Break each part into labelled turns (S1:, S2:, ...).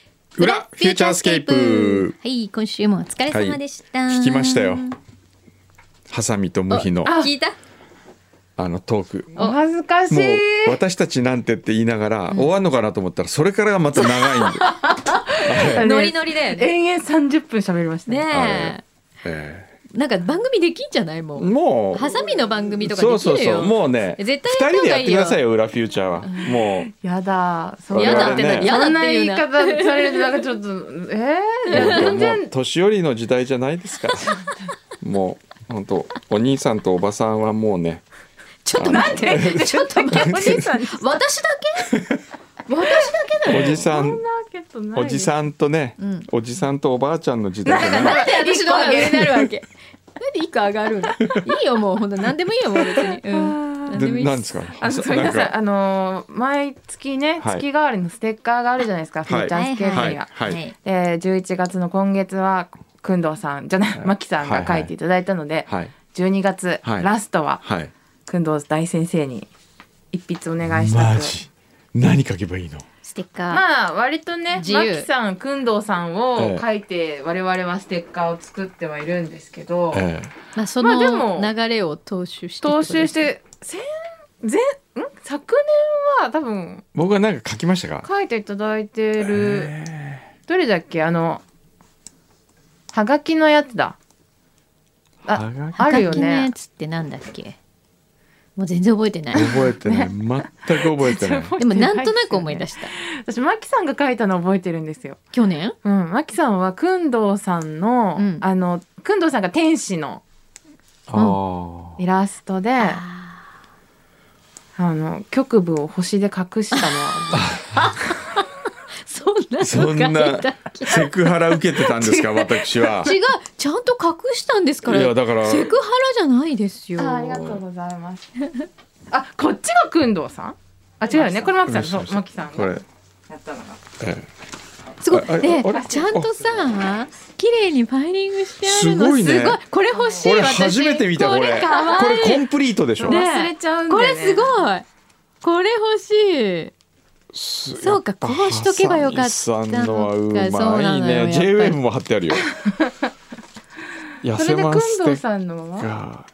S1: ューチャースケープ
S2: はい今週もお疲れ様でした、
S1: 聞きましたよハサミと無比の
S2: あ聞いた
S1: あのトーク
S3: お恥ずかしい
S1: もう私たちなんてって言いながら終わんのかなと思ったらそれからがまた長いんで、
S3: あれ
S2: ノリノリだよね
S3: 延々30分喋りましたね
S2: ね
S1: え
S2: えなんか番組できんじゃないも
S1: ー
S2: う
S1: もう
S2: ハサミの番組とかできる
S1: そ
S2: よ
S1: うそうそうもうね
S2: 絶
S1: 二
S2: 対や
S1: 人
S2: った方
S1: でや
S2: が
S1: って
S2: いい
S1: く
S2: よ
S1: ださいよ裏フューチャーはもう
S3: やだそ
S1: やだって
S3: な
S1: 何
S3: そんな
S2: やだって言うな
S3: 言い方されるとなんかちょっとえー、
S1: もう
S3: 全然
S1: 年寄りの時代じゃないですからもう本当お兄さんとおばさんはもうね
S2: ちょっと待って
S3: ちょっと待っておじさんそ ん
S2: 私だけ私だけだ
S1: お
S2: よ
S1: じさ
S3: なんわけとない
S1: おじさんとね、
S2: ん
S1: おじさんとおばあちゃんの時代じゃない
S2: なんで私の方が上になるわけなんで一個上がるのいいよもうほんと何でもいいよもう別 に、うん、何でもい
S1: で
S2: い
S1: なん
S2: っ
S1: ですすか。
S3: あの
S1: そ
S3: ごめん
S1: な
S3: なんさい
S1: か
S3: あのー毎月ね
S1: はい
S3: 月替わりのステッカーがあるじゃないですか、フィーチャースケープには、
S1: はいはいはい
S3: えー、11月の今月はくんどうさんじゃない、
S1: はい
S3: まきさんが書いていただいたので、
S1: はい
S3: 12月、
S1: はい
S3: ラストは
S1: はい。
S3: くんどう大先生に一筆お願いした
S1: マ
S3: く
S1: ジ。何書けばいいの。
S2: ステッカー、
S3: まあ割とね
S2: 自
S3: マ
S2: 由
S3: キさんくんどうさんを書いて我々はステッカーを作ってはいるんですけど、
S1: え
S2: まあそ
S3: まあでも
S2: の流れを踏襲して
S3: 踏襲して先前ん昨年は多分
S1: 僕は何か書きましたか。
S3: 書いていただいてる、
S1: え
S3: どれだっけあのはがきのやつだ
S1: ー
S3: あ
S1: はがき
S3: あるよ
S2: のや
S3: ね
S2: つってなんだっけもう全然覚えて ない
S1: 覚えてない。全く覚えてない。
S2: でもなんとなく思い出
S3: し
S2: した
S3: た私マキさんが書いたの覚えてるんですよ
S2: 去年
S3: うんマキさんはくんどうさんの、
S2: うん
S3: あのくんどうさんが天使の
S1: ああ。
S3: イラストであの局部を星で隠したの は
S2: そんな
S1: そん
S2: のが
S1: ない
S2: たっけ
S1: セクハラ受けてたんですか、私は。
S2: 違うちゃんと隠したんですから
S1: いやだから
S2: セクハラじゃないですよ
S3: あありがとうございますあこっちがくんどうさんあ違うよねこれマキさんそうマキさん
S1: こ
S3: が
S1: れ。
S3: やったのが
S1: え
S2: すごい
S1: ああ
S2: で
S1: あれ
S2: ちゃんとさ綺麗にファイリングしてある
S1: す
S2: の
S1: ごい
S2: すご
S1: ね
S2: いこれ欲し
S1: こ
S2: い
S1: れ
S2: 私
S1: 初めて見たこれ。
S2: これかわいい
S1: これコンプリートでしょ。
S2: ね
S3: 忘れちゃうんだ
S2: こ
S3: よね
S2: れすごいこれ欲しい
S1: そう
S2: かこうしとけばよかった
S1: さんのはう
S2: そう
S1: ま
S2: ないのよやっ
S1: ね。
S2: ぱり
S1: J-WAVE も貼ってあ るよ。痩
S3: それ
S1: せ
S3: でく
S1: ま
S3: んど
S1: す
S3: う
S1: て
S3: さんのは
S1: か。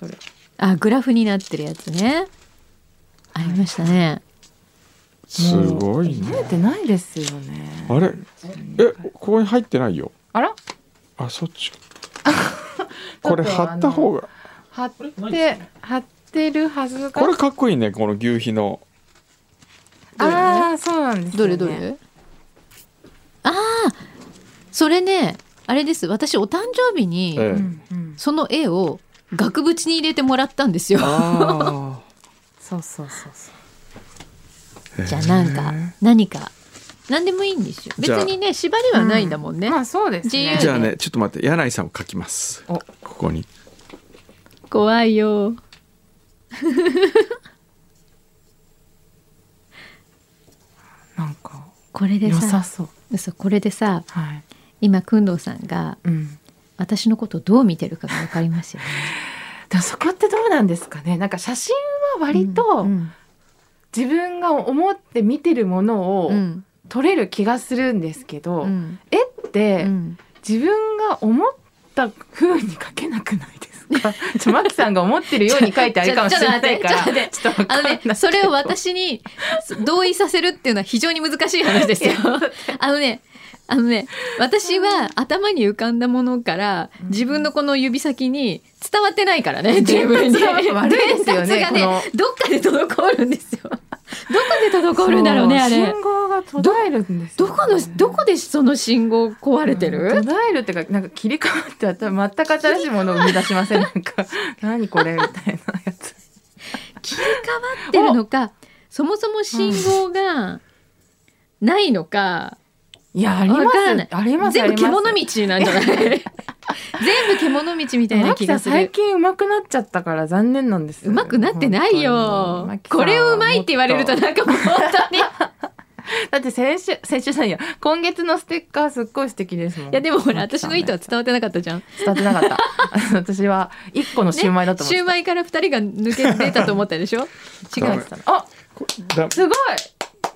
S3: それ
S2: あグラフになってるやつねありましたね
S1: すごい
S3: 慣れ
S1: ね。
S3: てないですよね
S1: あれ、え、ここに入ってないよ。
S3: あら
S1: あ、そっち。これ貼った方が。
S3: 貼って貼ってるはずが
S1: これかっこいいね、この牛皮の。
S3: ああそうなんです
S2: どれ
S3: よね
S2: どれああそれねあれです私お誕生日に
S1: え
S3: う
S1: え。
S3: んうん
S2: その絵を額縁に入れてもらったんですよ
S1: あ
S3: そうそうそうそう
S1: あ。
S2: じゃあなんか何か何でもいいんですよ別
S1: じゃあ
S2: にね縛りはないんだもんね、
S3: まあそうですね
S2: 自
S1: じ
S2: 由
S1: ゃあね、ちょっと待って、柳井さんを書きます。
S3: お
S1: ここに。
S2: 怖いよ
S3: なんか
S2: これで
S3: 良さ
S2: さ
S3: そう
S2: 嘘これでさ
S3: はい
S2: 今工藤さんが
S3: うん
S2: 私のことどう見てるかが分かりますよね
S3: でもそこってどうなんですかねなんか写真は割と
S2: うん
S3: 自分が思って見てるもの
S2: う
S3: を
S2: ん
S3: 撮れる気がするんですけど、
S2: うん
S3: 絵って
S2: うん
S3: 自分が思った風に描けなくないですかちょマキさんが思ってるように描いてあれかもしれないから
S2: ちょちょちょっと待って
S3: ちょっとわか
S2: あ
S3: んな
S2: の
S3: いけ
S2: ね
S3: ど
S2: それを私に同意させるっていうのは非常に難しい話ですよあのねあのね私は頭に浮かんだものから自分のこの指先に伝わってないからね自分に
S3: 伝達が悪いですよね
S2: 伝達が
S3: この
S2: どっかで滞るんですよどこで滞るんだろうねあ
S3: そ
S2: れ
S3: 信号が途絶えるんですよ
S2: どこのどこでその信号壊れてる、
S3: うん途絶えるっていうかなんか切り替わって頭全く新しいものを生み出しませんなんか何これみたいなやつ
S2: 切り替わってるのかそもそも信号がないのか、
S3: いやありま
S2: わからない
S3: すあります
S2: 全部獣
S3: ありま
S2: 道なんじゃない 全部獣道み
S3: す
S2: たいな
S3: マ
S2: 気
S3: キさ
S2: が
S3: ん
S2: する
S3: 最近上手くなっちゃったから残念なんです
S2: うまくなってないよ
S3: 本当にマキさ
S2: こ
S3: んは
S2: れをうまいって言われると
S3: もっ
S2: なんかもう本当にい
S3: だって先週先週さんや今月のステッカーすっごい素敵ですもん
S2: やでもほら
S3: マキ
S2: 私
S3: さん
S2: の意図は伝わってなかったじ ゃん
S3: 伝わってなかった。あの私は一個のシュウマイだと思っ
S2: シ
S3: て
S2: ュ
S3: た。
S2: ウマイから二人が抜け出たと思ったでしょ 違
S1: イ
S2: う
S3: 違う。あ、
S1: だ
S3: すごい。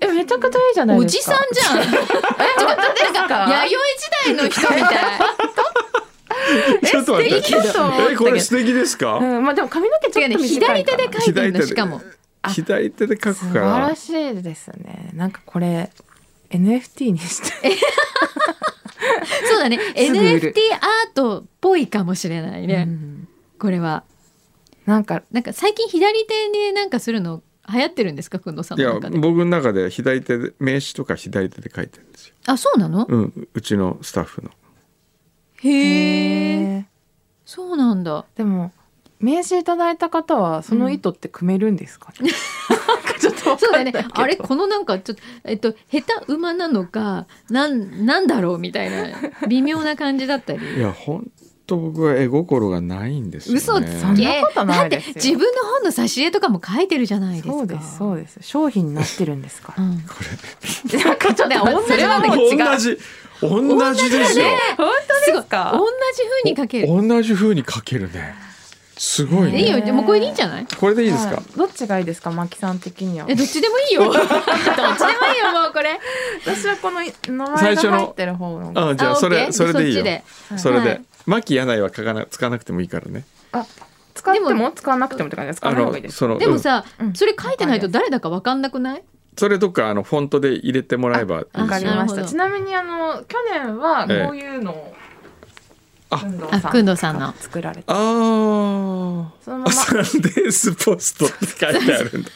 S3: え、めっめちゃくちゃいいじゃない
S2: お
S3: で
S2: じ
S3: す
S2: さん
S3: か。
S2: じ ゃん。
S3: じさんか
S2: 弥生時代の人み たい。
S1: ちょっと待って
S3: 素敵だと思ったけど
S1: えこれ素敵ですか、
S3: うん、まあでも髪の毛ちょっ
S2: 違う
S3: と
S2: ね、
S3: 短
S2: 左
S3: いか
S2: 手
S3: な。
S2: で書いてる
S1: 左手
S2: の
S1: で
S2: しかも。
S3: あ
S1: 左手で書
S3: 素
S1: くか
S3: 晴
S1: ら
S3: らしいですね。なんかこれ NFT にして。
S2: そうだね。
S3: すぐ
S2: NFT
S3: 売る
S2: アートっぽいかもしれないうね。
S3: ん
S2: これは。
S3: なんか
S2: なんか最近左手でなんかするの流行ってるんですか、くんどさん
S1: い
S2: の
S1: や
S2: 中で。
S1: 僕の中で左手で名刺とか左手で書いてるんですよ、
S2: あ、そうなの、
S1: うん、うちのスタッフの
S2: へえ。
S3: えー
S2: そうなんだ。
S3: でも名刺いただいた方はその意図って組めるんですかね。ちょっと わ
S2: そう
S3: か
S2: だ
S3: んない
S2: ね
S3: けど。。
S2: あれこのなんかちょっとえっと下手馬なのかなんなんだろうみたいな微妙な感じだった り。
S1: いや本当僕は絵心がないんですよ、ね、
S2: 嘘つ
S3: そん
S2: け
S3: なことないです
S2: だって
S3: よ
S2: 自分の本の挿絵とかも書いてるじゃないですか。
S3: そうですそうです。商品になってるんですか
S2: う
S3: ら。
S2: ん
S3: なんかち ょっ
S2: だから同じ
S3: それはね違う。
S1: 同じ同じですよ
S3: 本当です
S2: 同
S3: か。
S2: じ風に書ける。
S1: お同じ風に書けるねすごい
S2: いい
S1: ね
S2: よ、でもこれでいいんじゃない。
S1: これでいいですか、
S3: はどっちがいいですか、マキさん的には
S2: え、。どっちでもいい よ。どっちでもいいよ、もうこれ。
S3: 私はこの名
S1: 最
S3: 前が
S1: 初の
S3: 入ってる方の。
S1: あじゃあ
S2: オッケー
S1: それそれでいい
S2: そ
S1: よ
S2: っちで。
S3: はい
S1: それで、
S2: はい
S1: 牧柳井は書かな使わなくてもいいからね
S3: あ使って
S2: で
S3: も
S2: も
S3: 使わなくてもって感じですか。
S1: あ
S3: 使わない方
S1: の
S3: がいいです。
S1: その
S2: でもさ
S3: う、ん
S2: それ書いてないと誰だかわかんなくない。
S1: それどっかあのフォントで入れてもらえばいい
S2: あ
S1: で
S3: わか
S1: す
S3: り
S1: よ
S2: あ
S3: ま
S2: なるほ
S3: した。
S2: ど
S3: ちなみにあの去年はこういうのを。
S1: あ
S3: くんどう
S2: あ、くんどうさんの。
S3: 作られて
S1: あー
S3: そのま
S1: あ
S3: ま
S1: サンデースポストって書いてあるんだ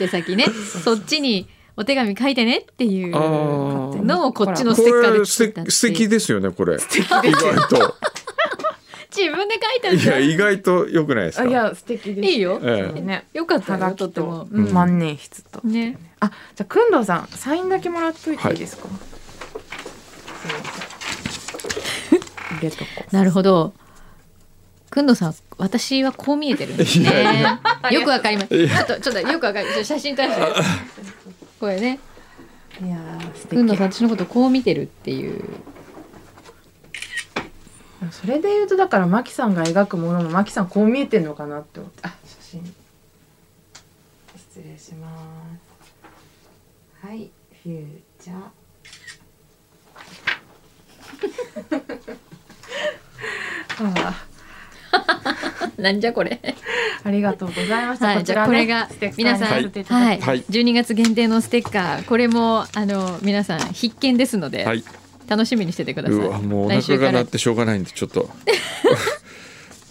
S2: 宛先ね、 そっちにお手紙書いてねっていう。
S1: あ
S3: 勝手に
S2: のをこっちの
S1: こ
S2: ステッカー
S1: れ
S2: で作
S1: 素
S2: ったっていう
S1: 敵素敵ですよねこれ意外と
S2: 自分で書いたん
S1: い
S2: じゃ
S1: や
S2: ん。
S1: 意外と良くないです
S3: あ
S1: か
S3: いや素敵です
S2: いいよ
S1: ええ
S3: ね
S2: よかった
S3: は
S2: よ、
S3: が
S2: と
S3: き
S2: っても
S3: と。
S2: うん
S3: 万年筆と
S2: ね。
S3: あじゃあくんどうさんサインだけもらっといていいですか、すいません入れとこ
S2: なるほど。くんどさん、私はこう見えてるんです
S1: いやい
S2: ね
S1: や。
S2: よくわかります。
S1: い
S2: ちょっと、ちょっとよくわかります。写真撮らせて。 これね、
S3: ういやー素敵
S2: くんどさん、私のことこう見てるっていう。
S3: それで言うとだからマキさんが描くものもマキさんこう見えてんのかなって思ってあ写真失礼しますはいフュー チャーあ
S2: なんじゃこれ。
S3: あありがとうございました、
S2: はい、
S3: こ
S2: じ
S3: ち
S2: ゃ
S3: ら
S2: あ
S3: ね
S2: これが
S3: ステッカー
S2: 皆
S3: に
S2: さん、
S3: さ
S2: は
S3: せていただき
S2: い、
S1: はい
S2: 12月限定のステッカー、これもあの皆さん必見ですので、
S1: はい
S2: 楽しみにしててください。
S1: うわもうお
S2: 来
S1: 腹
S2: 週
S1: が
S2: か
S1: 鳴
S2: ら
S1: ってしょうがないんでちょっ と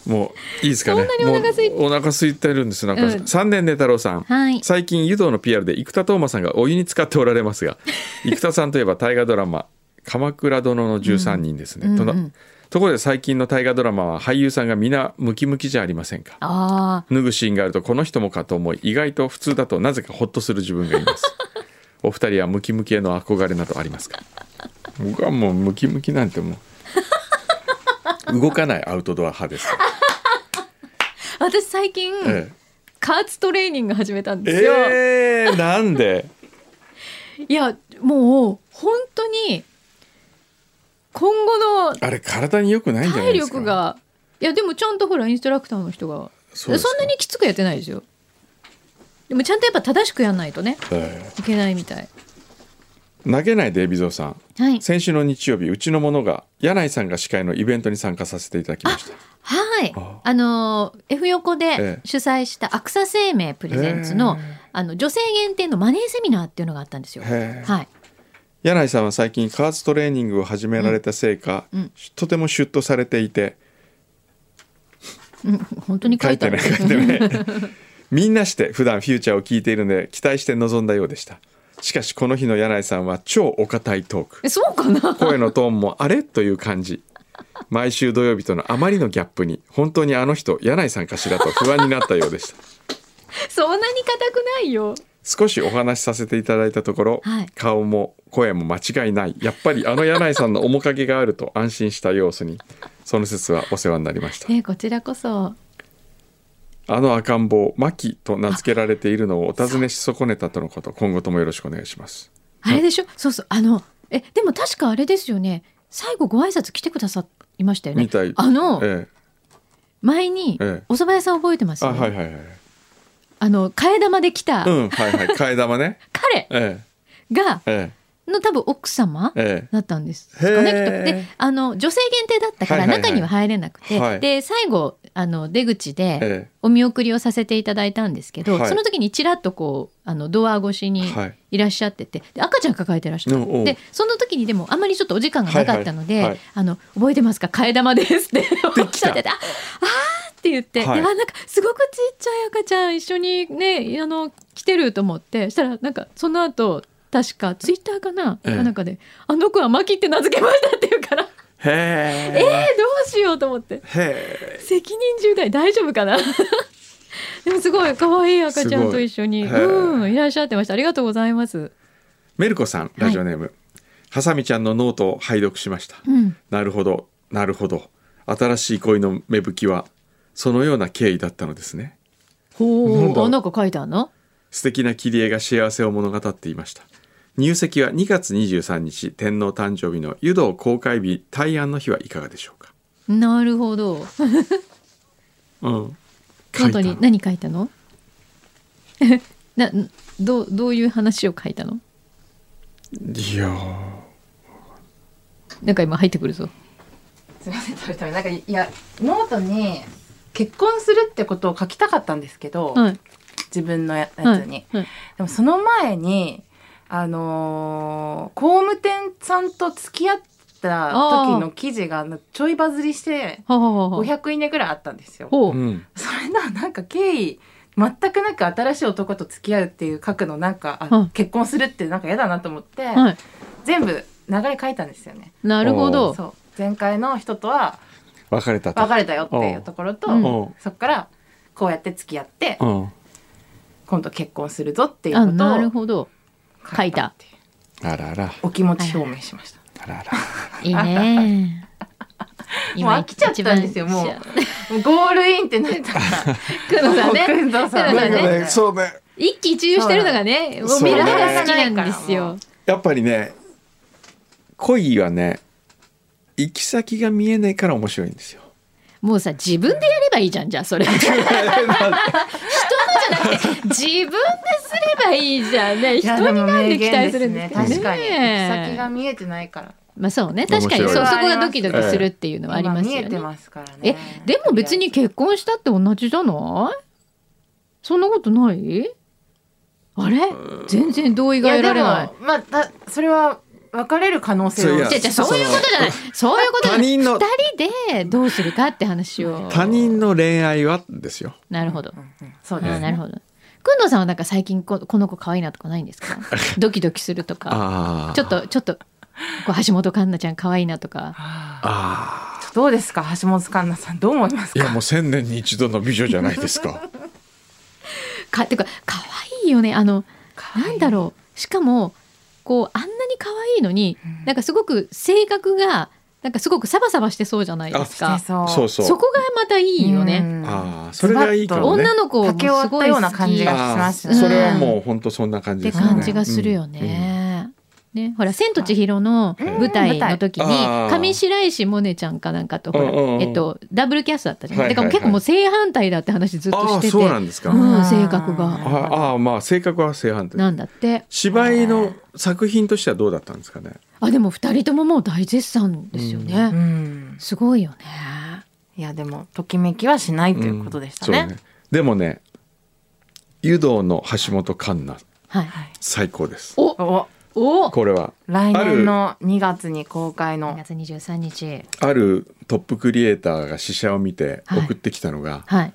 S1: もういいですかね
S2: そんなにお腹空い
S1: もうお腹空いてるんですなんか、
S2: うん
S1: 三年寝太郎さん
S2: はい、
S1: 最近湯道の PR で生田斗真さんがお湯に浸かっておられます が生田さんといえば大河ドラマ「鎌倉殿の13人」ですね、
S2: うん
S1: とな
S2: うんうん
S1: ところで最近の大河ドラマは俳優さんが皆ムキムキじゃありませんか
S2: あ
S1: 脱ぐシーンがあるとこの人もかと思い意外と普通だとなぜかホッとする自分がい ますお二人はムキムキへの憧れなどありますか僕はもうムキムキなんてもう動かないアウトドア派です、
S2: あ、私最近、
S1: え
S2: 加圧トレーニング始めたん
S1: え
S2: ですよ。
S1: えーなんで
S2: いや、もう本当に今後の
S1: あれ体に良くないんじゃない
S2: 体
S1: ですか
S2: 力が、いやでもちゃんとほらインストラクターの人が
S1: そ
S2: そんなにきつくやってないですよ。でもちゃんとやっぱ正しくやんないとね
S1: に、え
S2: いけないみたい。
S1: え投げないで海老蔵さん
S2: はい。
S1: 先週の日曜日うちの者が柳井さんが司会のイベントに参加させていただきました
S2: はい
S1: あ、
S2: あのー F 横で
S1: ええ
S2: 主催したアクサ生命プレゼンツの,、
S1: へ
S2: あの女性限定のマネーセミナーっていうのがあったんですよ。
S1: へえ
S2: はい、
S1: 柳井さんは最近加圧トレーニングを始められたせいか、
S2: うんうん
S1: とてもシュッとされていて
S2: うん、本当に書
S1: 書
S2: い
S1: い
S2: てあ
S1: て
S2: る
S1: ない書いてないみんなして普段フューチャーを聞いているので期待して臨んだようでしたしかしこの日の柳井さんは超お堅いトーク
S2: え そうか な。
S1: 声のトーンもあれという感じ毎週土曜日とのあまりのギャップに本当にあの人柳井さんかしらと不安になったようでした
S2: そんなに硬くないよ。
S1: 少しお話しさせていただいたところ、
S2: はい
S1: 顔も声も間違いないやっぱりあの柳井さんの面影があると安心した様子にその説はお世話になりました
S2: ねこちらこそ。
S1: あの赤ん坊マキと名付けられているのをお尋ねし損ねたとのこと今後ともよろしくお願いします
S2: あれでしょ。そうそうあのえでも確かあれですよね。最後ご挨拶来てくださいましたよね。
S1: みたい
S2: あの
S1: え
S2: 前に
S1: ええ
S2: お蕎麦屋さん覚えてます
S1: え、
S2: よ
S1: あ
S2: ね、
S1: はいはいはい
S2: あの替え玉で来た
S1: うんはいはい替え玉ね
S2: 彼
S1: え
S2: が、
S1: ええ
S2: の多分奥様
S1: えええ
S2: だったんですかね
S1: へ
S2: き
S1: ー
S2: っとであの女性限定だったから
S1: はいはいはい
S2: 中には入れなくて、
S1: はい
S2: で最後あの出口で
S1: え
S2: お見送りをさせていただいたんですけど、
S1: はい
S2: その時にちらっとこうあのドア越しに
S1: はい
S2: いらっしゃっててで赤ちゃん抱えてらっしゃ
S1: おうお
S2: る
S1: う
S2: でその時にでもあんまりちょっとお時間がなかったので
S1: は
S2: 「
S1: いはいはい
S2: あの覚えてますか替え玉です」 っておっしゃってて「ああー」って言って、
S1: はい
S2: であなんかすごくちっちゃい赤ちゃん一緒にねあの来てると思ってしたらなんかその後確かツイッターかな、
S1: ええ
S2: かなんかで「あの子はマキって名付けました」って言うから「
S1: へ
S2: えー、ど
S1: え
S2: うしよう」と思って
S1: へえ
S2: 責任重大大丈夫かな でもすごい可愛い赤ちゃんと一緒に
S1: すごいへえ
S2: うんいらっしゃってましたありがとうございます。
S1: メルコさんラジオネーム、ハサミちゃんのノートを拝読しました
S2: うん
S1: なるほどなるほど新しい恋の芽吹きはそのような経緯だったのですねなん
S2: ほう、
S1: だ
S2: あ、なんか書いてあるの。
S1: 素敵な切り絵が幸せを物語っていました入籍は2月23日天皇誕生日の湯道公開日大安の日はいかがでしょうか
S2: なるほど。
S1: うん
S2: ノートに何書いたの。な、どう、どういう話を書いたの。
S1: いやー
S2: なんか今入ってくるぞ。
S3: すみませんそれためなんかいやノートに結婚するってことを書きたかったんですけど、
S2: はい。
S3: 自分のややつに、
S2: はい。はい
S3: でもその前にあのー工務店さんと付き合った時の記事がちょいバズりして
S2: はははは。
S3: 500いいねぐらいあったんですよ。
S2: ほ
S1: う
S2: う。
S1: ん
S3: それななんか経緯全くなく新しい男と付き合うっていう書くのなんか、あ
S2: はい
S3: 結婚するってなんか嫌だなと思って、
S2: はい。
S3: 全部流れ書いたんですよね。
S2: なるほど。
S3: そう前回の人とは
S1: 別れたと
S3: 別れたよっていうところと、
S2: おう
S1: おう
S3: そこからこうやって付き合って
S1: うん
S3: 今度結婚するぞっていう
S2: あ、
S3: こ
S2: なる
S3: とを
S2: ほど。
S3: 書いたっていう
S1: あらあら
S3: お気持ち表明しました。
S1: あらあら
S2: いいね。
S3: もう飽きちゃったんですよもうもうゴールインってなったら
S2: くのさんね。
S3: 工藤さん
S2: 工藤さん
S1: なんかねそうね
S2: 一喜一憂してるのがね、もう見るのが好きなんですよ。
S1: やっぱりね恋はね行き先が見えないから面白いん ですよ。
S2: もうさ自分でやればいいじゃんじゃあそれ人のじゃなくて自分ですればいいじゃんね
S3: いや
S2: 人になんで期待するん
S3: も名
S2: です
S3: 言ですね確かに
S2: ね
S3: 行き先が見えてないから
S2: まあそうね確かに
S1: 面白
S2: そう
S1: い
S2: そこがドキドキするっていうのはあり
S3: 今
S2: ます
S3: 見え
S2: よ
S3: て
S2: ね、
S3: ますからね
S2: えでも別に結婚したって同じじゃないそんなことないあれ全然同意
S3: い
S2: が
S3: や
S2: 得
S3: で
S2: られ
S3: も
S2: ない
S3: まあだそれは別れる可能性
S1: そうい
S3: を
S1: や
S2: じゃじゃそういうことじゃないそういうことじゃ
S1: 他
S2: ない
S1: 人の
S2: 二人でどうするかって話を
S1: 他人の恋愛はですよ。
S2: なるほど
S3: うんうんそうです
S2: あー
S3: ね
S2: なるほど。くんのさんはなんか最近ここの子可愛いなとかないんですかドキドキするとか
S1: ああ
S2: ちょっとちょっとこう橋本環奈ちゃん可愛いなとか
S3: あ
S1: ああ
S3: ーどうですか橋本環奈さんどう思います
S1: い
S3: か
S1: やもう千年に一度の美女じゃないです か。
S2: かてか可愛いよねあのなんだ
S3: ろ
S2: ろうしかもこうあんなに可愛いのに
S3: うん
S2: なんかすごく性格がなんかすごくサバサバしてそうじゃないですか
S3: してそう
S1: そうそう。
S2: そこがまたいいよね、
S3: うん
S1: ああそれがいいかもね。
S2: 女の子もす
S3: 竹を割っ
S2: ご
S3: た
S2: い
S3: よ
S2: 好
S3: うな感
S2: き
S3: じ
S2: っ
S3: がし
S1: あ
S3: ま
S1: あ
S3: す
S1: それはもう本当そんな感じ
S2: て
S1: ですよね。
S2: 感じがするよね。ね、ほら「千と千尋」の舞台の時に
S1: うん舞台あー
S2: 上白石萌音ちゃんかなんかとほら
S1: うんうんうん
S2: えっとダブルキャストだったじゃな
S1: はいい
S2: だ
S1: は
S2: か
S1: い
S2: ら
S1: はい
S2: 結構もう正反対だって話ずっと
S1: あ
S2: し
S1: あ
S2: て
S1: そうなん
S2: て
S1: です
S2: う
S1: か。
S3: ん
S2: ん性格
S1: あ
S2: が
S1: ああまあ性格は正反対。
S2: なんだって
S1: 芝居の作品としてはどうだったんですかね。
S2: あでも二人とももう大絶賛ですよ
S3: う
S2: ね
S3: ん
S2: すごいよね
S3: いやでもときめきはしないということでしたね,、
S1: うんそうでもね湯道の橋本環奈
S2: はい
S3: はい、
S1: 最高です
S2: お
S3: お
S2: お
S1: これは
S3: 来年の2月に公開
S2: 2
S3: の
S2: 月23日
S1: あるトップクリエイターが試写を見て
S2: はい
S1: 送ってきたのが、
S2: はい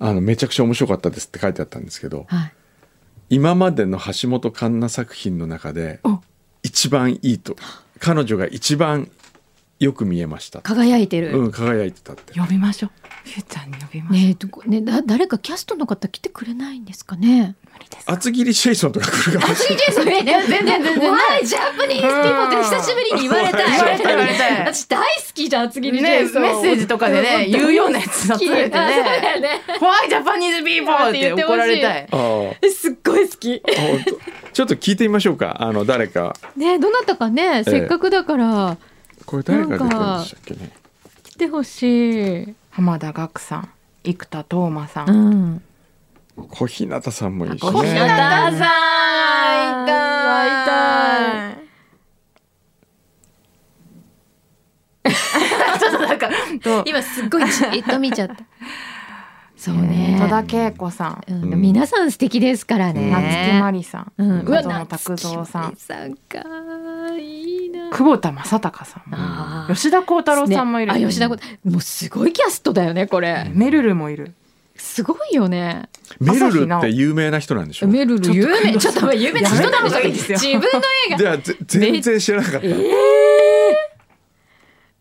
S1: あのめちゃくちゃ面白かったですって書いてあったんですけど
S2: はい
S1: 今までの橋本環奈作品の中で
S3: お
S1: 一番いいと彼女が一番よく見えました
S2: 輝いてる、
S1: うん輝いてたって
S3: 呼びましょうフューちゃんに呼びましょう、
S2: ねえどこねだ誰かキャストの方来てくれないんですかね
S3: 無理です
S1: 厚切りシェイソンとか来る かもしれない
S2: 全然全然全然。Why j a p a n e
S3: うん
S2: 久しぶりに言われたい。
S3: 言われたい
S2: 私大好きじゃん厚切りジ
S3: ね
S2: ェ
S3: メ
S2: イソン。
S3: ッセージとかでね言うようなやつ集
S2: 好き。
S3: めて
S2: あそう
S3: ね
S2: だよね。
S3: 「怖いジャパニーズビーボー!」って怒られたい
S1: あー
S2: すっごい好き。
S1: あ本当ちょっと聞いてみましょうかあの誰か
S2: ねどなたかねせっかくだから
S1: これ誰が出てるんでしたっけね
S2: 来てほしい。
S3: 浜田岳さん生田斗真さん、
S2: うん。
S1: 小日向さんもいいし
S2: あ小日向
S1: ね
S2: さん
S3: 会いたいちょっとなんかどう
S2: 今すっごいじっと見ちゃったそうね
S3: 戸田恵子さん
S2: うん
S1: うん
S2: 皆さん素敵ですからね
S3: 夏木マリさん
S2: うん、
S1: うわ
S3: 加藤拓三さん
S2: 夏木マリさんかいいな
S3: 久保田正孝さん
S2: あー
S3: 吉田鋼太郎さんもいる
S2: ねあ吉田こもうすごいキャストだよねこれ
S3: めるるもいる
S2: すごいよね
S1: メル
S3: 朝日
S1: ルっ
S3: 奈
S1: て
S3: 央
S1: 有名な人なんでしょ
S2: めるる有名ち
S3: ち
S2: ょ
S3: ょ
S2: っ
S3: っ
S2: と
S3: と
S2: 待って有名な人なのか
S3: やめた方がいいですよ
S2: 自分の映
S1: じ
S2: 画
S1: ゃあぜ全然知らなかった
S2: えー、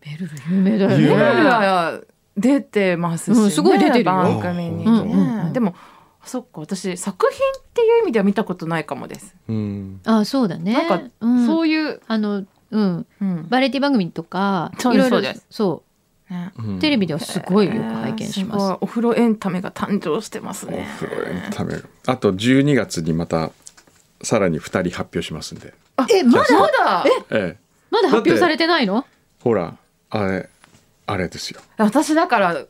S2: めるる有名だよね
S1: 有
S3: め
S1: 名
S3: るるは出てますし
S2: うん
S3: ね
S2: すごい出てるよ
S3: 番組に
S1: うん
S2: うんう
S3: ね
S2: ん
S3: でもそっか私作品っていう意味では見たことないかもです
S1: うん
S2: あそうだね
S3: なんか
S2: うん、
S3: そういう
S2: あのうん
S3: うん
S2: バラエティ番組とか
S3: そう
S2: い
S3: で
S2: ろ
S3: す
S2: いろ
S3: そうです
S2: そ
S3: ね
S1: うん
S2: うテレビではすごいよく拝見します
S3: ごいお風呂エンタメが誕生してます
S1: お
S3: ね
S1: 風呂エンタメあと12月にまたさらに2人発表しますんで、
S2: えまだ
S3: まだ
S1: ええ、
S2: まだ発表されてないの
S1: ほらあれあれですよ
S3: 私だから12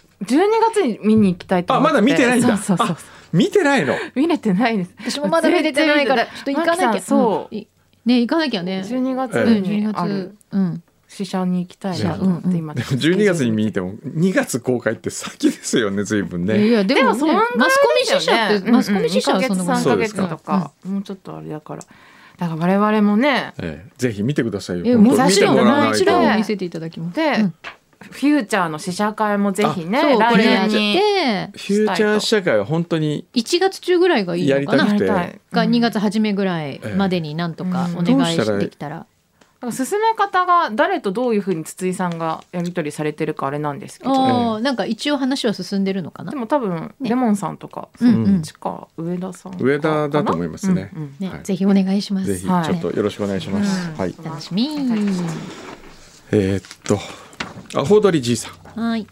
S3: 月に見に行きたいと思って
S1: あまだ見てないんだ
S3: そうそうそう
S1: 見てないの
S3: 見れてないです
S2: 私もまだ見れてないからち
S3: 全
S2: ょっと
S3: 然
S2: 行かな
S3: マ
S2: き
S3: キ
S2: ゃ
S3: さんそ
S2: うんいね行かなきゃね
S3: 12月
S1: ええ
S3: にある
S2: うん
S3: 試写に行きたいなと思って今
S1: でも12月に見に行っても2月公開って先ですよね随分
S2: いやい
S1: ね
S2: やで
S3: で
S2: も,、
S3: も
S2: ね、
S3: そんぐらい
S2: マスコミ支社って、
S3: うんうん
S2: マスコミ支社はそんな
S3: 二
S2: こと
S3: ヶ月
S1: そ
S3: 3
S1: う
S3: ヶ
S1: です
S3: 月
S1: か
S3: とかもうちょっとあれだからだから我々もね
S1: ええ、ぜひ見てくださいよ。
S2: え
S1: 本当
S2: もちろん
S1: 見てもらわ
S2: も
S1: ない
S2: ち
S1: と
S2: ろん
S3: ね
S2: 見せていただきます。
S3: で、
S2: うん
S3: フューチャーの試写会もぜひね
S2: そうこ
S3: 来
S2: れやっ
S3: 年に
S2: て
S1: フューチャー試写会は本当に
S2: 1月中ぐらいがいい
S1: や
S2: の
S1: り
S2: か
S1: た
S2: な
S1: くて、
S3: やり
S2: が
S3: たい
S2: 2月初めぐらいまでになんとかお願
S1: え
S2: い
S1: えうん
S2: できたら、
S3: なんか進め方が誰とどういうふうに筒井さんがやり取りされてるかあれなんですけど
S2: ああなんか一応話は進んでるのかな
S3: で、も多分
S2: ね
S3: レモンさんとか
S2: うんうん
S1: うん
S3: ちか上田さん
S1: 上田だと思いますね
S3: うんうん
S2: ね、
S1: はい
S2: ぜひお願いします
S1: ぜひちょ
S3: はい
S1: っとよろしくお願いします。
S2: うん
S1: はい。
S2: 楽しみ
S1: えーっと、アホ鳥じいさん。
S2: はい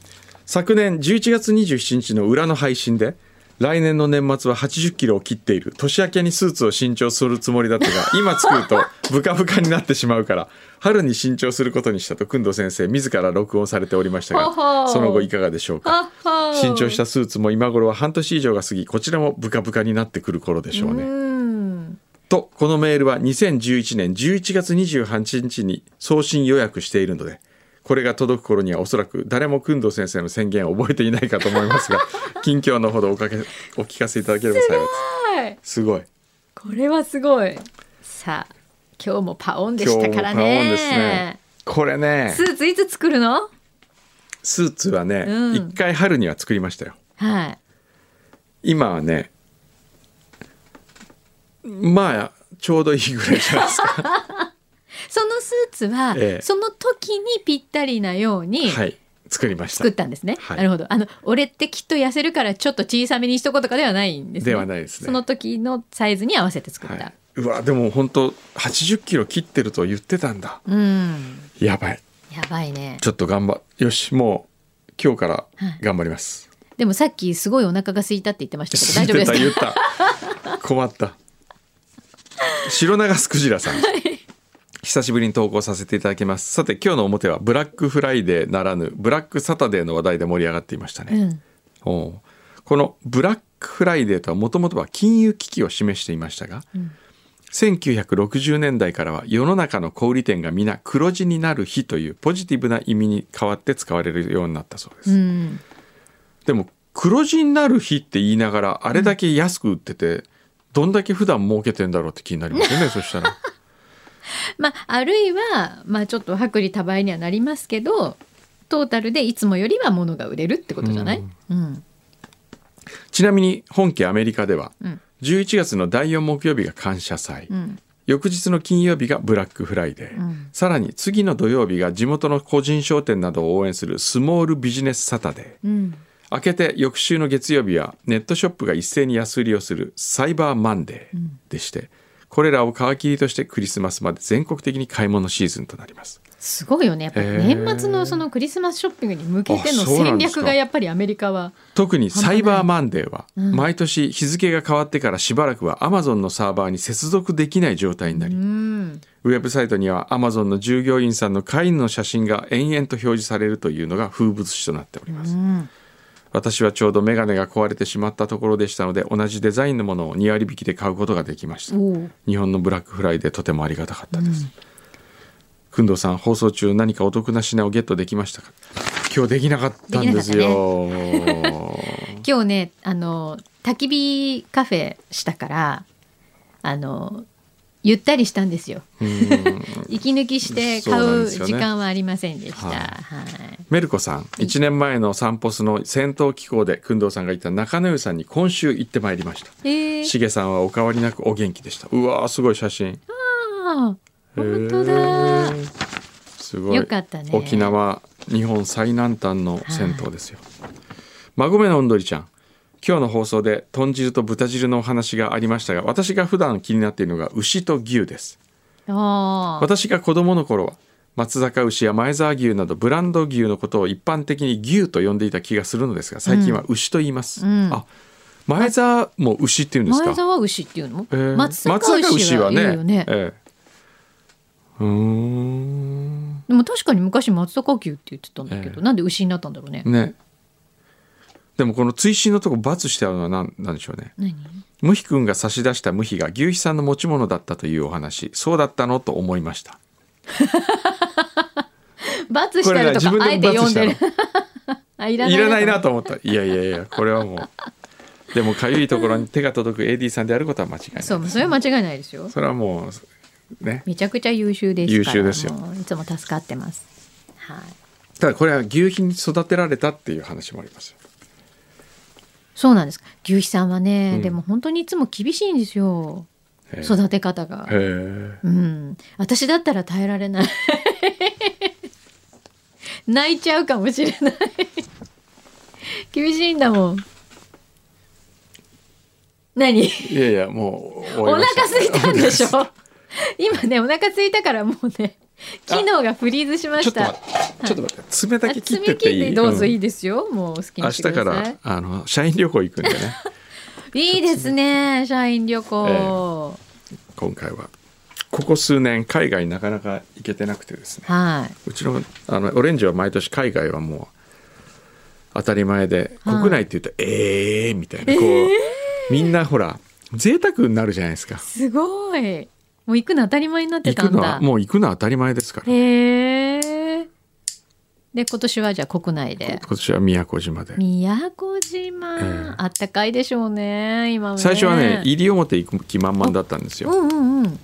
S1: 昨年11月27日の裏の配信で来年の年末は80キロを切っている年明けにスーツを新調するつもりだった が今作るとブカブカになってしまうから春に新調することにしたと工藤先生自ら録音されておりました
S2: ほうほう
S1: がその後いかがでしょうか新調したスーツも今頃は半年以上が過ぎこちらもブカブカになってくる頃でしょうね
S2: うん
S1: とこのメールは2011年11月28日に送信予約しているのでこれが届く頃にはおそらく誰も工藤先生の宣言を覚えていないかと思いますが 近況のほどおかけお聞かせいただければ幸いですすごい
S2: これはすごいさあ今日もパオンで
S1: 今日
S2: した
S1: も
S2: から
S1: パ
S2: ね
S1: ワーオンですねこれね
S2: スーツいつ作るの
S1: スーツはね
S2: うん
S1: 一、回春には作りましたよ
S2: はい
S1: 今はねまあちょうどいいぐらいじゃないですか
S2: そのスーツは、
S1: ええ
S2: その時にぴったりなように
S1: はい作りました
S2: 作ったんですね。
S1: はい
S2: なるほど。あの俺ってきっと痩せるからちょっと小さめにしとこうとかではないんですね。
S1: ではないですね
S2: その時のサイズに合わせて作った。
S1: はい、うわでも本当80キロ切ってると言ってたんだ
S2: うん。
S1: やばい
S2: やばいね。
S1: ちょっと頑張よしもう今日から頑張ります、
S2: でもさっきすごいお腹が空いたって言ってましたけ
S1: 知っ
S2: ど大丈夫
S1: て
S2: で
S1: た
S2: す か。
S1: 言った困った白長スクジラさん、久しぶりに投稿させていただきますさて今日の表はブラックフライデーならぬブラックサタデーの話題で盛り上がっていました
S2: う
S1: ね、
S2: ん。
S1: おうこのブラックフライデーとはもともとは金融危機を示していましたが、
S2: うん
S1: 1960年代からは世の中の小売店が皆黒字になる日というポジティブな意味に変わって使われるようになったそうです、
S2: うん。
S1: でも黒字になる日って言いながらあれだけ安く売ってて、どんだけ普段儲けてんだろうって気になり ますよねそしたら
S2: まああるいはまあちょっと薄利多売にはなりますけど、トータルでいつもよりは物が売れるってことじゃない？うん。
S1: ちなみに本家アメリカでは
S2: うん。
S1: 11月の第4木曜日が感謝祭、
S2: うん。
S1: 翌日の金曜日がブラックフライデー、
S2: うん
S1: さらに次の土曜日が地元の個人商店などを応援するスモールビジネスサタデー
S2: うん。
S1: 明けて翌週の月曜日はネットショップが一斉に安売りをするサイバーマンデーでして、これらを皮切りとしてクリスマスまで全国的に買い物シーズンとなります
S2: すごいよねやっぱり
S1: へー
S2: 年末のそのクリスマスショッピングに向けての
S1: あそうな
S2: 戦
S1: んですか
S2: 略がやっぱりアメリカは
S1: 特にサイバーマンデーは
S2: うん
S1: 毎年日付が変わってからしばらくは Amazon のサーバーに接続できない状態にな
S2: う
S1: り、
S2: ん
S1: ウェブサイトには Amazon の従業員さんの会員の写真が延々と表示されるというのが風物詩となっております、私はちょうどメガネが壊れてしまったところでしたので同じデザインのものを2割引きで買うことができました
S2: おう
S1: 日本のブラックフライでとてもありがたかったです、くんどうさん放送中何かお得な品をゲットできましたか今日できなかったんですよ、
S2: 今日ねあの焚き火カフェしたからあのゆったりしたんですよ
S1: うん
S2: 息抜きして
S1: そう
S2: 買
S1: なん
S2: う
S1: ですよね
S2: 時間はありませんでした
S1: はい
S2: はい
S1: メルコさん1年前の散歩スの戦闘機構でくんどうさんがいた中野湯さんに今週行ってまいりました
S2: えー、
S1: しげさんはお変わりなくお元気でしたうわーすごい写真
S2: あ本当だ
S1: へーすごい
S2: よかったね
S1: 沖縄日本最南端の銭湯ですよ孫目のおんどりちゃん今日の放送で豚汁と豚汁のお話がありましたが私が普段気になっているのが牛と牛です
S2: ーあー
S1: 私が子供の頃は松阪牛や前沢牛などブランド牛のことを一般的に牛と呼んでいた気がするのですが最近は牛と言います、
S2: うん
S1: あ前沢も牛っていうんですか
S2: 前沢牛っていうの、
S1: えー
S2: 松阪牛は言うよね
S1: ええうーん
S2: でも確かに昔松阪牛って言ってたんだけ
S1: え
S2: ど、
S1: え
S2: なんで牛になったんだろうね、
S1: ねでもこの追伸のとこ×してあるのは何なんでしょうね
S2: 何
S1: 無比君が差し出した無比が牛皮さんの持ち物だったというお話そうだったのと思いました
S2: 罰したると
S1: これ
S2: かあ
S1: ね
S2: えて読んでる
S1: 自分
S2: あいら
S1: いらないな
S2: と
S1: と思ったいやいやいやこれはもうでもかゆいところに手が届く AD さんであることは間違いない
S2: そうそれは間違いないですよ
S1: それはもうね
S2: めちゃくちゃ優秀ですから
S1: 優秀ですよ
S2: もういつも助かってますはい
S1: ただこれは牛皮に育てられたっていう話もありますよ
S2: そうなんです牛肥さんはね、
S1: うん
S2: でも本当にいつも厳しいんですよ
S1: へえ
S2: 育て方が
S1: へえ
S2: うん私だったら耐えられない 泣いちゃうかもしれない厳しいんだもん何
S1: いやいやもう終
S2: お
S1: わ
S2: 腹
S1: りました
S2: 空いたんでしょ今ねお腹空いたからもうね機能がフリーズしま
S1: ちょっと
S2: した
S1: 待ってちょっと待って爪だけ切って
S2: 爪
S1: ってい
S2: 切っ
S1: い
S2: てどうぞ
S1: ん
S2: いいですよ、もう好き
S1: 明
S2: に
S1: 日
S2: して
S1: か
S2: くださ
S1: ら
S2: い
S1: あの社員旅行行くんでね
S2: いいですね社員旅行、
S1: 今回はここ数年海外なかなか行けてなくてですね
S2: は
S1: うちのあのオレンジは毎年海外はもう当たり前で国内って言うと「ええー」みたいなこう、みんなほら贅沢になるじゃないですか
S2: いすごいもう行くの当たり前になって
S1: 行
S2: た
S1: く
S2: ん
S1: のは
S2: だ
S1: もう行くのは当たり前ですから
S2: へえで今年はじゃあ国内
S1: 今
S2: で
S1: 年は宮古島で
S2: 宮古島、
S1: ええ
S2: あったかいでしょうね今もね
S1: 最初はね西表行く気満々だったんです
S2: う
S1: よ
S2: んうんうん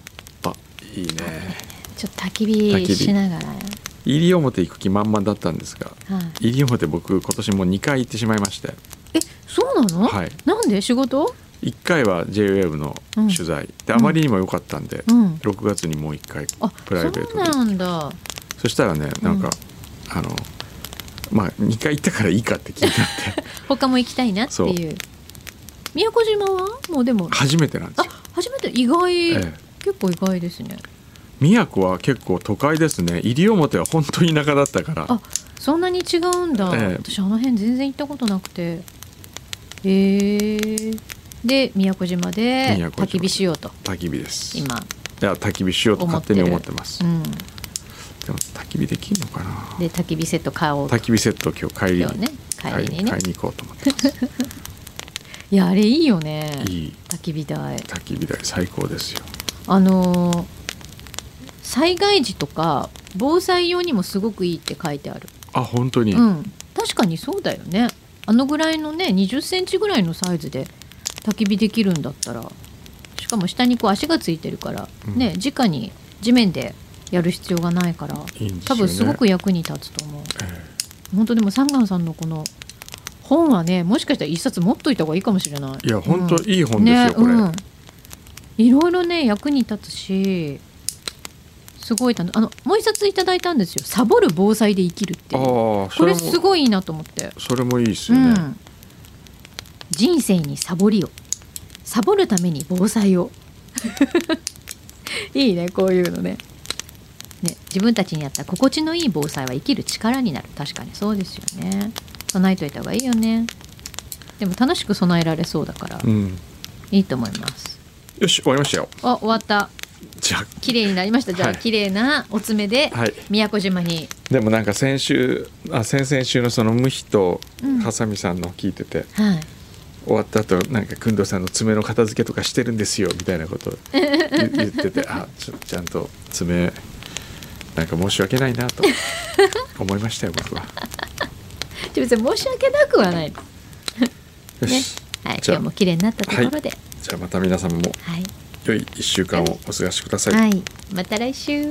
S1: あいいね
S2: ちょっと焚き
S1: 焚き火
S2: 火しながら
S1: 西表行く気満々だったんですが
S2: はい、
S1: 西表僕今年もう2回行ってしまいまして
S2: えそうなの、
S1: はい
S2: なんで仕事
S1: 1回は JWAVE の取材、であまりにも良かったんで、
S2: うん
S1: 6月にもう1回
S2: あ
S1: プライベート
S2: そう
S1: でそ
S2: なんだ
S1: したらねなんか、あのまあ2回行ったからいいかって聞いてあって
S2: 他も行きたいなっていう宮古島はもうでも
S1: 初めてなんです
S2: あ
S1: よ。
S2: 初めて意外、
S1: ええ
S2: 結構意外ですね
S1: 宮古は結構都会ですね西表は本当に田舎だったから
S2: あそんなに違うんだ、
S1: ええ
S2: 私あの辺全然行ったことなくてえー、で宮古島で
S1: 宮古島
S2: 焚き火しようと
S1: 焚き火ですい
S2: 今、
S1: や焚き火しようと勝手に思ってます
S2: うん、
S1: でも焚き火できるのかな
S2: で焚き火セット買おうと
S1: 焚き火セットを今日帰り
S2: 今
S1: に
S2: 日ね帰りにね、
S1: 買いに行こうと思ってます
S2: い、やあれいいよね
S1: いい
S2: 焚き火台
S1: 焚き火台最高ですよ
S2: あのー災害時とか防災用にもすごくいいって書いてある
S1: あ本当に、
S2: うん、確かにそうだよねあのぐらいのね2 0センチぐらいのサイズで焚き火できるんだったらしかも下にこう足がついてるから、
S1: うん
S2: ね直に地面でやる必要がないから
S1: いいんです
S2: 多
S1: よね
S2: 分すごく役に立つと思う
S1: ええ
S2: 本当でもサンガンさんのこの本はねもしかしたら一冊持っといた方がいいかもしれない
S1: いや本当
S2: うん
S1: いい本ですよ、
S2: ね
S1: これ、
S2: うん、いろいろね役に立つしすごい楽あのもう一冊いただいたんですよ「サボる防災で生きる」っていう
S1: ああ
S2: こ
S1: それ
S2: れ
S1: も
S2: すごいいいなと思って、
S1: それもいいです
S2: う
S1: よね、
S2: ん、人生にサボりをサボるために防災を いいねこういうのねね自分たちに合った心地のいい防災は生きる力になる確かにそうですよね備えといた方がいいよねでも楽しく備えられそうだから、
S1: うん
S2: いいと思います
S1: よし終わりましたよ
S2: あ終わった
S1: じゃ
S2: 綺麗になりましたじゃあ、
S1: はい
S2: 綺麗なお爪で
S1: あはい
S2: 宮古島に
S1: でもなんか先週あ先々週のその無比と
S2: うん
S1: ハサミさんの聞いてて、
S2: はい
S1: 終わった後なんか工藤さんの爪の片付けとかしてるんですよみたいなことを言言って てあちょちゃんと爪なんか申し訳ないなと思いましたよ僕は。
S2: じゃあ別に申し訳なくはないです
S1: よし、
S2: ねはい
S1: じゃあ
S2: 今日も綺麗になったところで
S1: じゃあまた皆様も
S2: はい
S1: 良い1週間をお過ごしください。
S2: はい、また来週。